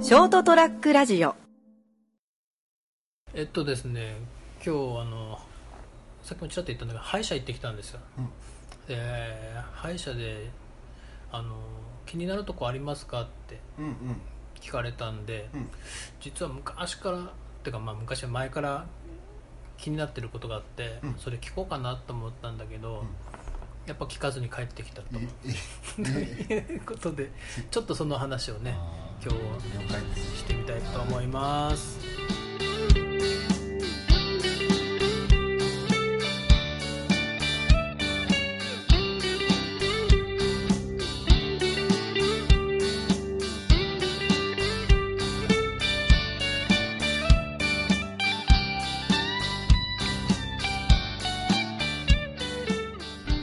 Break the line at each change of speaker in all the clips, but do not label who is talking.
ショートトラックラジオ
えっとですね今日あのさっきもちらっと言ったんだけど歯医者行ってきたんですよ、で歯医者であの「気になるとこありますか?」って
うんうん
聞かれたんで、
うん
実は昔からってかまあ昔は前から気になってることがあって、
うん
それ聞こうかなと思ったんだけど、やっぱ聞かずに帰ってきたと
いい
いう ことでちょっとその話をね今日は
了解です
してみたいと思います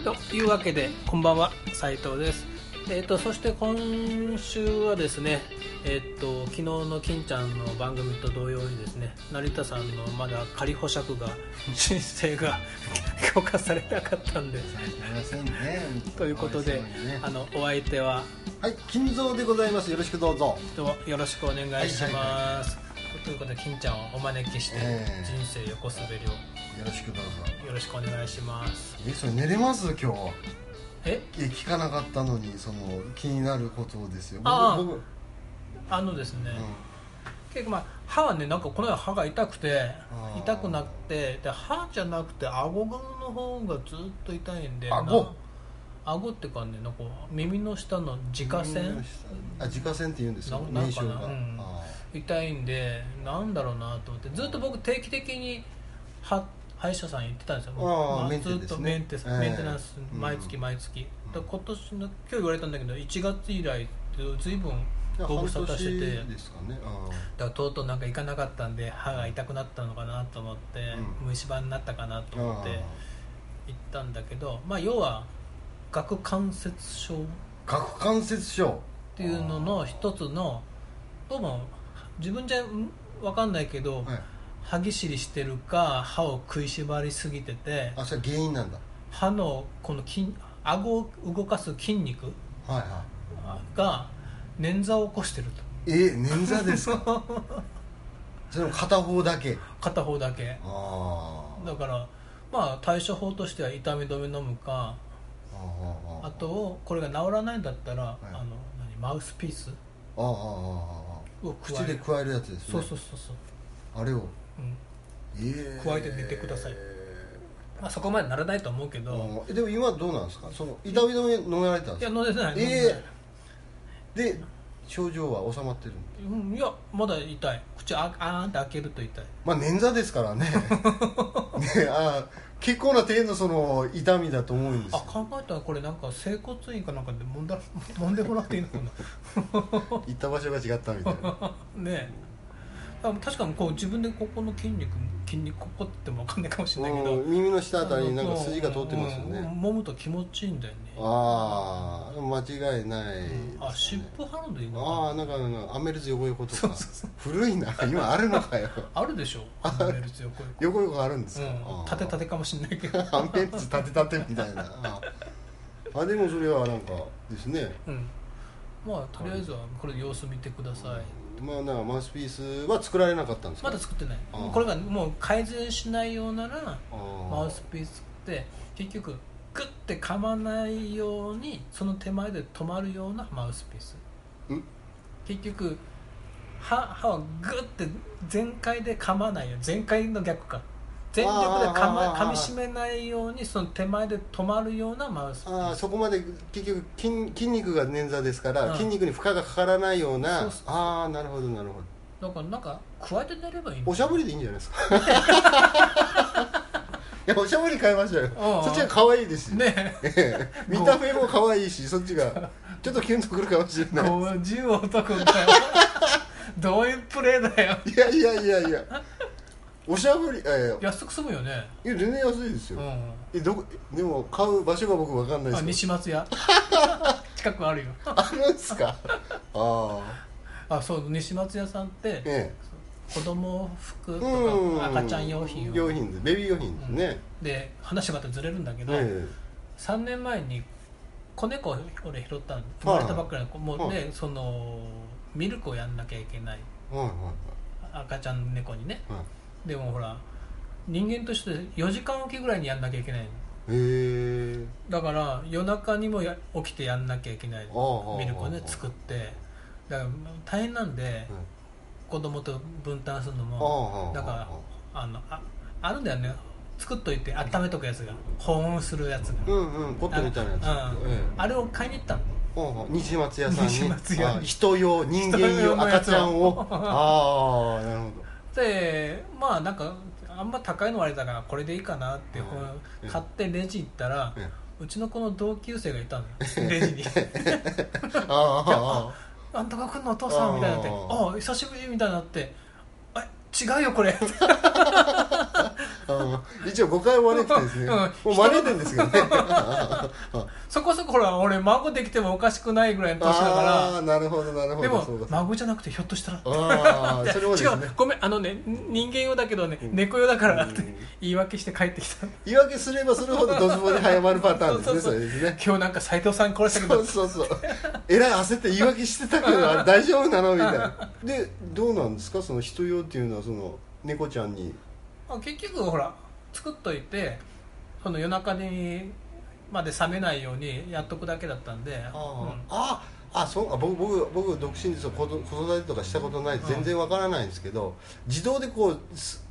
というわけでこんばんは斉藤ですえっとそして今週はですねえっと昨日の金ちゃんの番組と同様にですね成田さんのまだ仮保釈が 申請が 許可されなかったんです
されてませんね
ということで
お会いするのにね
あのお相手は
はい金蔵でございますよろしくどうぞ
どうよろしくお願いし
はいは
ます、ということで金ちゃんをお招きして、
ええ
人生横滑り
よろしくどうぞ
をよろしくお願いします
えそれ寝れます今日
え
いや聞かなかったのにその気になることですよ
ああ
僕僕
あのですね、
うん
結構まあ歯はねなんかこの間歯が痛くて
あー
痛くなくてで歯じゃなくて顎の方がずっと痛いんで
顎
な顎っていうかねなんか耳の下の耳下
耳の
腺
下あ自家腺って言うんですよ
ななん
名
か
称
な
が、
うん
あ
痛いんでなんだろうなと思ってずっと僕定期的に歯歯医者さん行ってたんですよ
あー
ま
メンテ
ず
ですね
っとメンテ,、
ええ
メンテナンス
うん
毎月毎月、
うん
だから今年の今日言われたんだけど1月以来ずいぶん
あ
ご無沙汰してて
半年ですかねあ
だからとうとうなんか行かなかったんで歯が痛くなったのかなと思って、
うん
虫歯になったかなと
あ
思って
あ
行ったんだけど、まあ、要は顎関節症っ
あ顎関節症
ていうのの一つのどうも自分じゃんわかんないけど、
はい
歯ぎしりしてるか歯を食いしばりすぎてて
あそれ原因なんだ
歯のこの筋顎を動かす筋肉
はいは
が捻挫を起こしてると
いえ捻挫です かそれも片方だけ
片方だけ
あー
だからまあ対処法としては痛み止め飲むか
あー
あとこれが治らないんだったら、
い
あの何マウスピース
あーあーあ
を
ー口で
く
加えるやつですね
そうそうそうそう、
あれを
うん
え
加えて寝てくださいまあ、そこまでならないと思うけ
あ
ど
ーでも今どうなんですかその痛み止め飲められたん
い
で
や
す
飲んでない飲んでない
かええで症状は収まってる
うん、いやまだ痛い口ああーんって開けると痛い
まあ捻挫ですから ねねあー結構な程度その痛みだと思うんです
あ
よ
考えたらこれなんか整骨院かなんかで揉んだ揉んでもら っていいのか
行った場所が違ったみたいな
な ねえあ確かにこう自分でここの筋肉筋肉ここって言っても分かんないかもしれないけど
うん耳の下あたりになんか筋が通ってますよ
う
ね
ん揉むと気持ちいいんだよね
ああ間違いないですね、
あ湿布貼るのいいのか
ああなんかなんかアメルズ横横とか古いな今あるのかよ
なあるでしょアメルズ横横
横横あるんですか、
う
あ
ん
ー
縦縦かもしれないけ ど
アメルズ立て立てみたいなあーあでもそれはなんかですね
うんまあとりあえずはこれで様子見てください
まあなんかマウスピースは作られなかったんですか
まだ作ってない
あー
これがもう改善しないようなら
あー
マウスピースって結局グッて噛まないようにその手前で止まるようなマウスピース
ん
結局歯歯はグッて全開で噛まないよ全開の逆か全力で噛,、ま、
あー
噛みしめないようにその手前で止まるようなマウスピ
あ
ー
ー
ス
そこまで結局筋筋肉が捻挫ですから、
うん
筋肉に負荷がかからないような
そうそう
ああなるほどなるほど
だからなんか加えて寝ればいいんだ
おしゃぶりでいいんじゃないですか いやおしゃぶり買いましたよ
ああ
そっちが可愛いですよ、
ねえ
ええ 見た目も可愛いしそっちがちょっとキュンとくるかもしれない
50男だよどういうプレーだよ
いやいやいやいやおしゃぶりええ
安く済むよね
いや全然安いです
う
よ、
ん
えどこでも買う場所が僕分かんない
あ
です
西
よ
松屋近くあるよ
あるんですかああ
あそう西松屋さんって、
え
子供服
え
とか赤ちゃん用品を
用品ですベビー用品ですね、
で話またずれるんだけど、
え
3年前に子猫を俺拾ったん生まれたばっかりの子も
は
う
い
でそのミルクをやんなきゃいけない
うんうんうん
赤ちゃん猫にね
うん
でもほら人間として4時間おきぐらいにやんなきゃいけない
へえ
だから夜中にもや起きてやんなきゃいけない
ああああ
ミルクをね
ああ
作ってだから大変なんで
うん
子供と分担するのも
ああ
だから
あ
あのああるんだよね作っといて温めとくやつが保温するやつ
あう
が
んうんポットみたいなやつ
うん
ええ
あれを買いに行ったの
うんうん西松屋さんに
西松屋に
あ人用人間
人用
用
のや
赤
つを
ちゃ んをああなるほど
でまあなんかあんま高いのあれだからこれでいいかなって、
うん
こう
うん
買ってレジ行ったら、
ええ
うちの子の同級生がいた のよレジに
あああああ
「
あ
なんとかくんのお父さん」みたいになって「
あ
ああ
ー
久しぶり」みたいになって「え違うよこれ」
ああ一応誤解を招くてです
う
ね、
ん
もう招いてんですけどねああ
そこそこほら俺孫できてもおかしくないぐらいの年だ
あ
か
あなるほどなる
ら
ほ
で
ど
も
そうだ
孫じゃなくてひょっとしたらい
ああ
や
それもです
違
ね
うごめんあのね人間用だけどね、
うん
猫用だから
う
っ
ん
て言い訳して帰ってきた
言い訳すればするほどドズボに早まるパターンですね
そ
そう
そう
れですね
今日なんか斎藤さん殺したけ
そ
ど
うそうそうえらい焦って言い訳してたけどあれ大丈夫なのみたいなでどうなんですかその人用っていうのはその猫ちゃんに
まあ結局ほら作っといてその夜中にまで冷めないようにやっとくだけだったんで
あああそうか僕僕僕独身ですよ子ど子育てとかしたことない
うん
全然わからないんですけど自動でこうす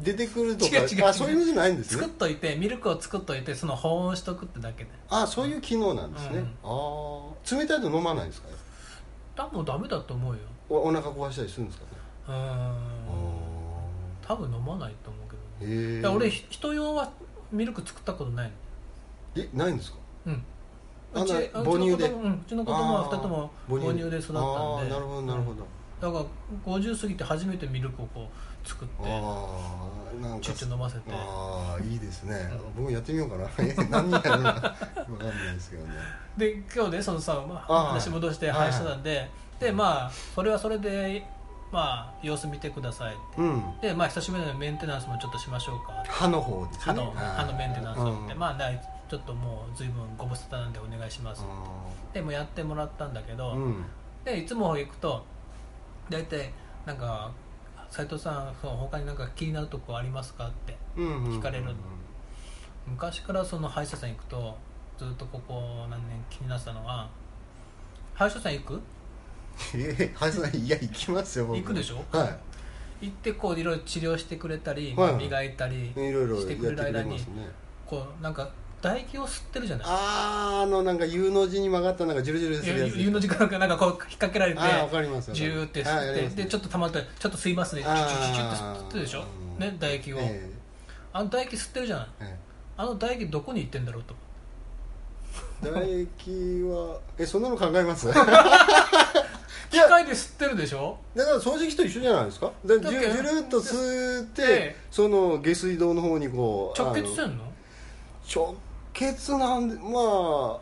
出てくるとか
違う違う
あそういうのじゃないん
うん
です
作っ
ね
といてミルクを作っといてその保温しとくってだけで
あそういう機能なんですね、
うん
ああ冷たいと飲まないんですか
多分ダメだと思うよ
おお腹壊したりするんですかね
うーん
あ
多分飲まないと思うけどね
ーへ
だ
え
から俺ひ人用はミルク作ったことないの
えないんですか
うん
あ
うち
な
うちの
母乳
子
で
供うんうちの子供は2人とも母乳で育ったんで
あーなるほどなるほど、
だから50過ぎて初めてミルクをこう作って
ああなん
チュ
か
ッチュ飲ませて
ああいいですね
う
僕やってみようかな 何やるのか分かんないですけどね
で今日ねそのさ、まあ
あはい
話戻して話してたんで、でまあそれはそれでまあ様子見てくださいって
うん
でまあ久しぶりなのでメンテナンスもちょっとしましょうかって
歯の方ですね
歯の
はい
歯のメンテナンスをって、
うん
まあないちょっともう随分ご無沙汰なんでお願いします、でもうやってもらったんだけ
あ
ど、
ーうん
でいつも行くと大体なんか斉藤さんその他になんか気になるとこありますかって
うんうん
聞かれる昔からその歯医者さん行くとずっとここ何年気になってたのが歯医者さん行く
え歯医者さんいや行きますよ僕
行くでしょ
は
行ってこういろいろ治療してくれたり、
はい
磨いたり、
いいろいろや
し
ってて
くれ
く
る
れ
間
ま
に
すね
こうなんか唾液を吸ってるじゃない
あーあのなんか U の字に曲がったなんかジュルジュルするやつ
U の時間がなんかこう引っ掛けられて
あーわかりますわかります
ジューって
はい
吸っ
わか
て、
ります
でちょっと溜まってちょっと吸いますねチュチュチュチュって吸ってるでしょ
あ、ー
ね、唾液を、
え
あの唾液吸ってるじゃない
えええ
あの唾液どこに行ってんだろうと
唾液はえそんなの考えますい
機
や
械で吸ってるでしょ
だから掃除機と一緒じゃないですかだからジ
だ
ュ
けど
ジュルっと吸って、
ええ
その下水道の方にこう
直結して
あの
んの
直結なんでまあ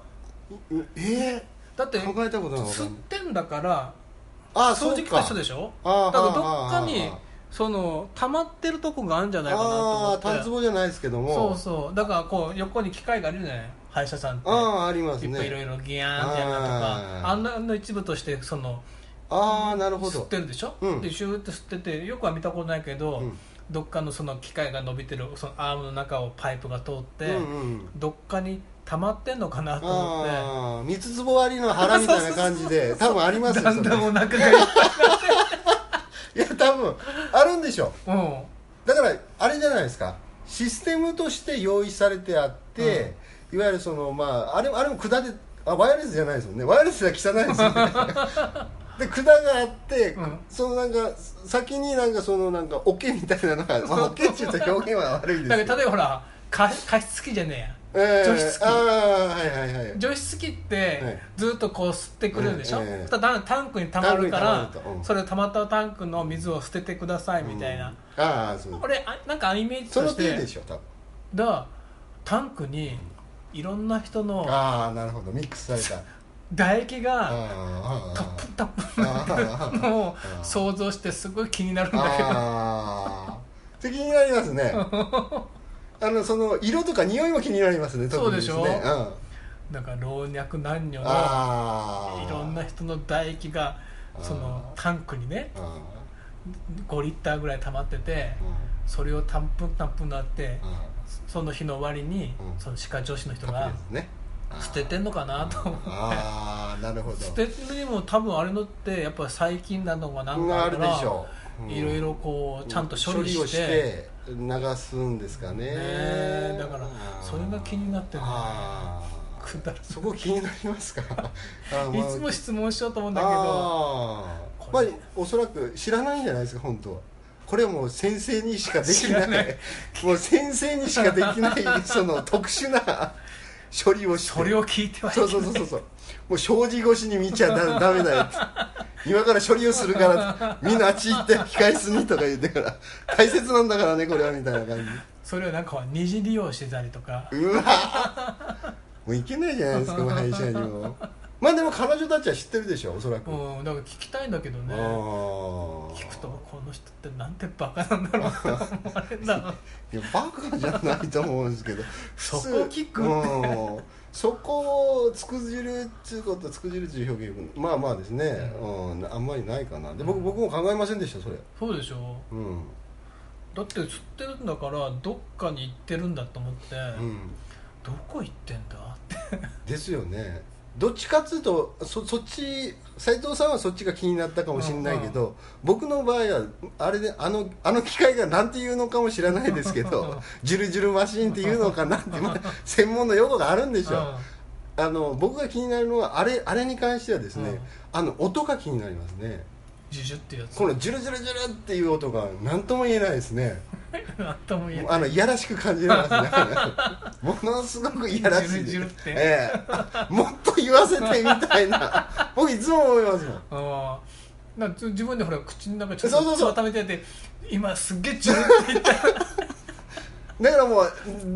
うえ
だって
え考えたことないわかん
吸
な
っ
い
てんだから
あ
掃除機と一緒で
し
しょ
あ
だ
ー
からどっか
あー
に
あー
その溜まってるとこがあるんじゃないかなと思
ああ
って
タンツボじゃないですけども
そうそうだからこう横に機械があるじゃない歯医者さんって
あああります
いっぱい
ね
いろいろギャーンってやるのとか
あー
あんなの一部としてその
ああなるほ
吸
ど
ってるでしょ、
うん
でシューって吸っててよくは見たことないけど、
うん
どっかのその機械が伸びてるそのアームの中をパイプが通って、
うんうん
どっかに溜まってんのかなと思って。
ああ三つ壺割りの腹みたいな感じで多分ありますよ
だん
それ
だんお腹がいっぱい
いや多分あるんでしょう
うん
だからあれじゃないですかシステムとして用意されてあって、いわゆるそのまああれあれも管であワイヤレスじゃないですもんねワイヤレスは汚 いですよねで管があって、
うん
そのなんか先になんかそのなんか桶みたいなのが、まあ、桶っていうと表現は悪いです
だ
け
けど例
ど、
えばほら加加湿器じゃねえや、
え
除湿器
ああはいはいはい
除湿器って
え
ずっとこう吸ってくれるでしょ、
ええええ
ただタンクに溜まるか
タン
ら
クに溜まるとうん
それを溜まったタンクの水を捨ててくださいみたいな、
うんああそう
俺あなんかイメージ
そ
と
の
し
手で
て
しょ多分
だタンクにいろんな人の
ああなるほどミックスされた
唾液が
あ
タップンタッ
ああああ
プンのを
あ
想像してすごい気になるんだけど
ああ気になりますねあのその色とか匂いも気になりますね特に
そうでしょ
ね、うん、
なんか老若男女の
ああ
いろんな人の唾液が
あー
そのタンクにね
あ
5リッターぐらい溜まってて
ー
それをたんぷんたんぷんなって
あーあ
その日の終わりに
うん
その歯科女子の人
ー
が
ねあー
捨ててんのかなと思って
ああなるほど
捨てるにも多分あれのってやっぱ細菌なのがなんか
あ
あ
る
る
で
か
し
ら
ょう
いろいろこうちゃんと処理
を
して,、
して流すんですかね
ねだから
あー
それが気になってね
あー
くだら
そこ気になりますかあーまあ
いつも質問しようと思うんだけど
あー
こ
まあ
れ
おそらく知らないんじゃないですか本当はこれはもう先生にしかできない
知らない
もう先生にしかできないその特殊な処理をして
それを聞いてはいけな
そう
い
そうそうそうそうもう障子越しに見ちゃだダメだよって今から処理をするからみんなあっち行って控え室にとか言ってから大切なんだからねこれはみたいな感
それをなんか二次利用してたりとか
じうわもういけないじゃないですかもう歯医者にもまあでも彼女たちは知ってるでしょおそらく、あ
うんだから聞きたいんだけどね
ー
聞くとこの人ってなんてバカなんだろうって思われるな
いやバカじゃないと思うんですけど
そこ
普通
聞く
うんそこをつくじるっちゅうことつくじるっちゅう表現まあまあですね、うんあんまりないかなで僕僕も考えませんでしたそれ
そうでしょ
うん、
だって吸ってるんだからどっかに行ってるんだと思って、
うん、
どこ行ってんだって
ですよねどっちかっつうとそそっち斉藤さんはそっちが気になったかもしれないけど、僕の場合はあれであのあの機械がなんていうのかも知らないです けどジュルジュルマシンっていうのかなって、まあ、専門の用語があるんでしょ、あの僕が気になるのはあれあれに関してはですね、
うん
あの音が気になりますね
ジュジュってやつ
こ のジュルジュルジュルっていう音が何とも言えないですね
なんとも言えない
あのいやらしく感じます ねものすごくいやらしい
ジュルジュルって
ええあもっと言わせてみた いな僕いつも思いますもん
ああなんか自分でほら口の中ちょっ
そうそう
と
そう
つまめてやって今すっげえジュルって言った
だからもう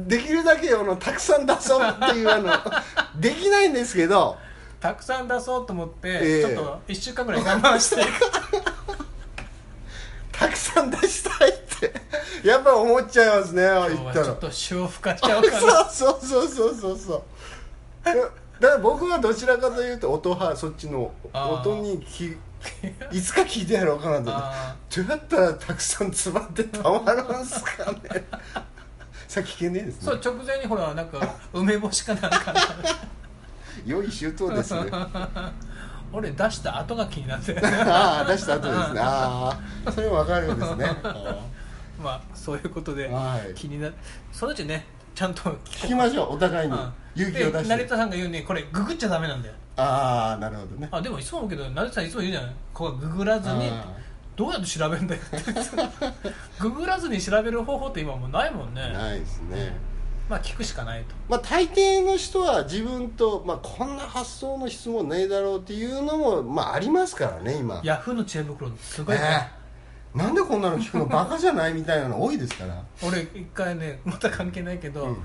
できるだけあのたくさん出そうっていうあのできないんですけど
たくさん出そうと思って、
ええ
ちょっと1週間ぐらい我慢 して
たくさん出したいってやっぱ思っちゃいますねああ
今
言
日
っ
は
た
ちょ
ら
っと塩吹かしちゃおうかな
そうそうそうそうそうそうだだから僕はどちらかというと音派そっちの
あー
音にきいつか聞いてやろうかな
あ
とどうやったらたくさん詰まってたまるんすかねさ聞けねえ
あ
です
そう
ね
直前にほらなんか梅干しかなんか
良い周到ですねあ
俺出した後が気になって
あ出した後ですねああそれ分かるんですねあ
まあそういうことで
ーはい
気になそのうちねちゃんと
聞きましょうお互いに
うん
勇気を出
で
し
成
て
田さんが言うにこれググっちゃダメなんだよ
ああなるほどね
あでもいつも思うけど成田さんいつも言うじゃないここはググらずに
あ
どうやって調べるんだよってググらずに調べる方法って今もうないもん
ー
ね
ないですね
まあ聞くしかないと
まあ、大抵の人は自分と、まあ、こんな発想の質問ないだろうっていうのも、まあ、ありますからね今
ヤフーの知恵袋すごい、
え
ね、
えなんでこんなの聞くのバカじゃないみたいなの多いですから、
俺一回ねまた関係ないけど、
うん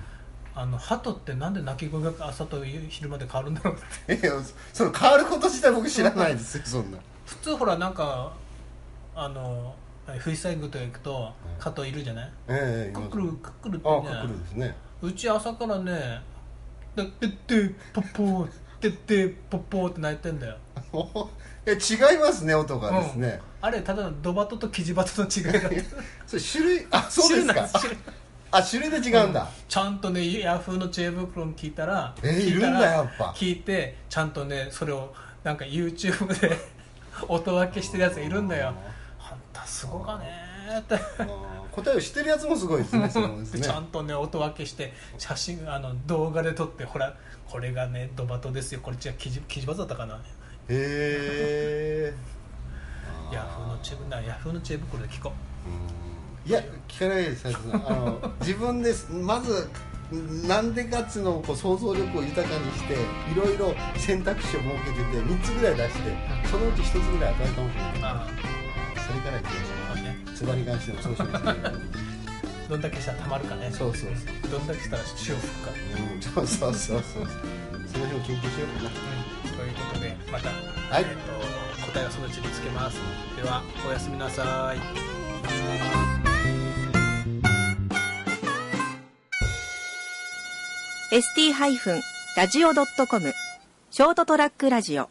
あの鳩ってなんで鳴き声が朝と昼まで変わるんだろうって
ええその変わること自体僕知らないですよそんな
普通ほらなんかあのフリサイグとか行くと鳩いるじゃない
ええ
ク
今
ックルクックルって
あ
ね
あくくるですね
うち朝からね「でってってポッポーでってポッポー」って鳴いてんだよ
おほいや違いますね音がですね、
あれただのドバトとキジバトの違いだって
それ種類あ そうで
種類
す
なん
か
です種類
あ種類で違うんだ、
ちゃんとねヤフーの知恵袋に聞いたら
えー
聞たら
いるんだやっぱ
聞いてちゃんとねそれをなんか YouTube で 音分けしてるやつがいるんだよあんたすごかねーって
ああ答えを知ってるやつもすごいですねそうです
で
ね
ちゃんとね音分けして写真あの動画で撮ってほらこれがねドバトですよこれ違うキジキジバトだったかな
へえ
ヤフーの知恵袋ヤフーの知恵袋で聞こう
いや聞かないです斉藤さんあの自分ですまずなんでかっつうのをこう想像力を豊かにしていろいろ選択肢を設けてて3つぐらい出してそのうち1つぐらい与えたかもしれない
あ
それからいきまし
あまあね
ょうつばに関してもそうしないといけない
どんだけしたらたまるかね
そうそう
どんだけしたら塩吹くか
うんそうそうそうそうその辺を研究しようかな
ということでまた、
はい
えっと答えはそのうち見つけますではおやすみなさい
ST-radio.com ショートトラックラジオ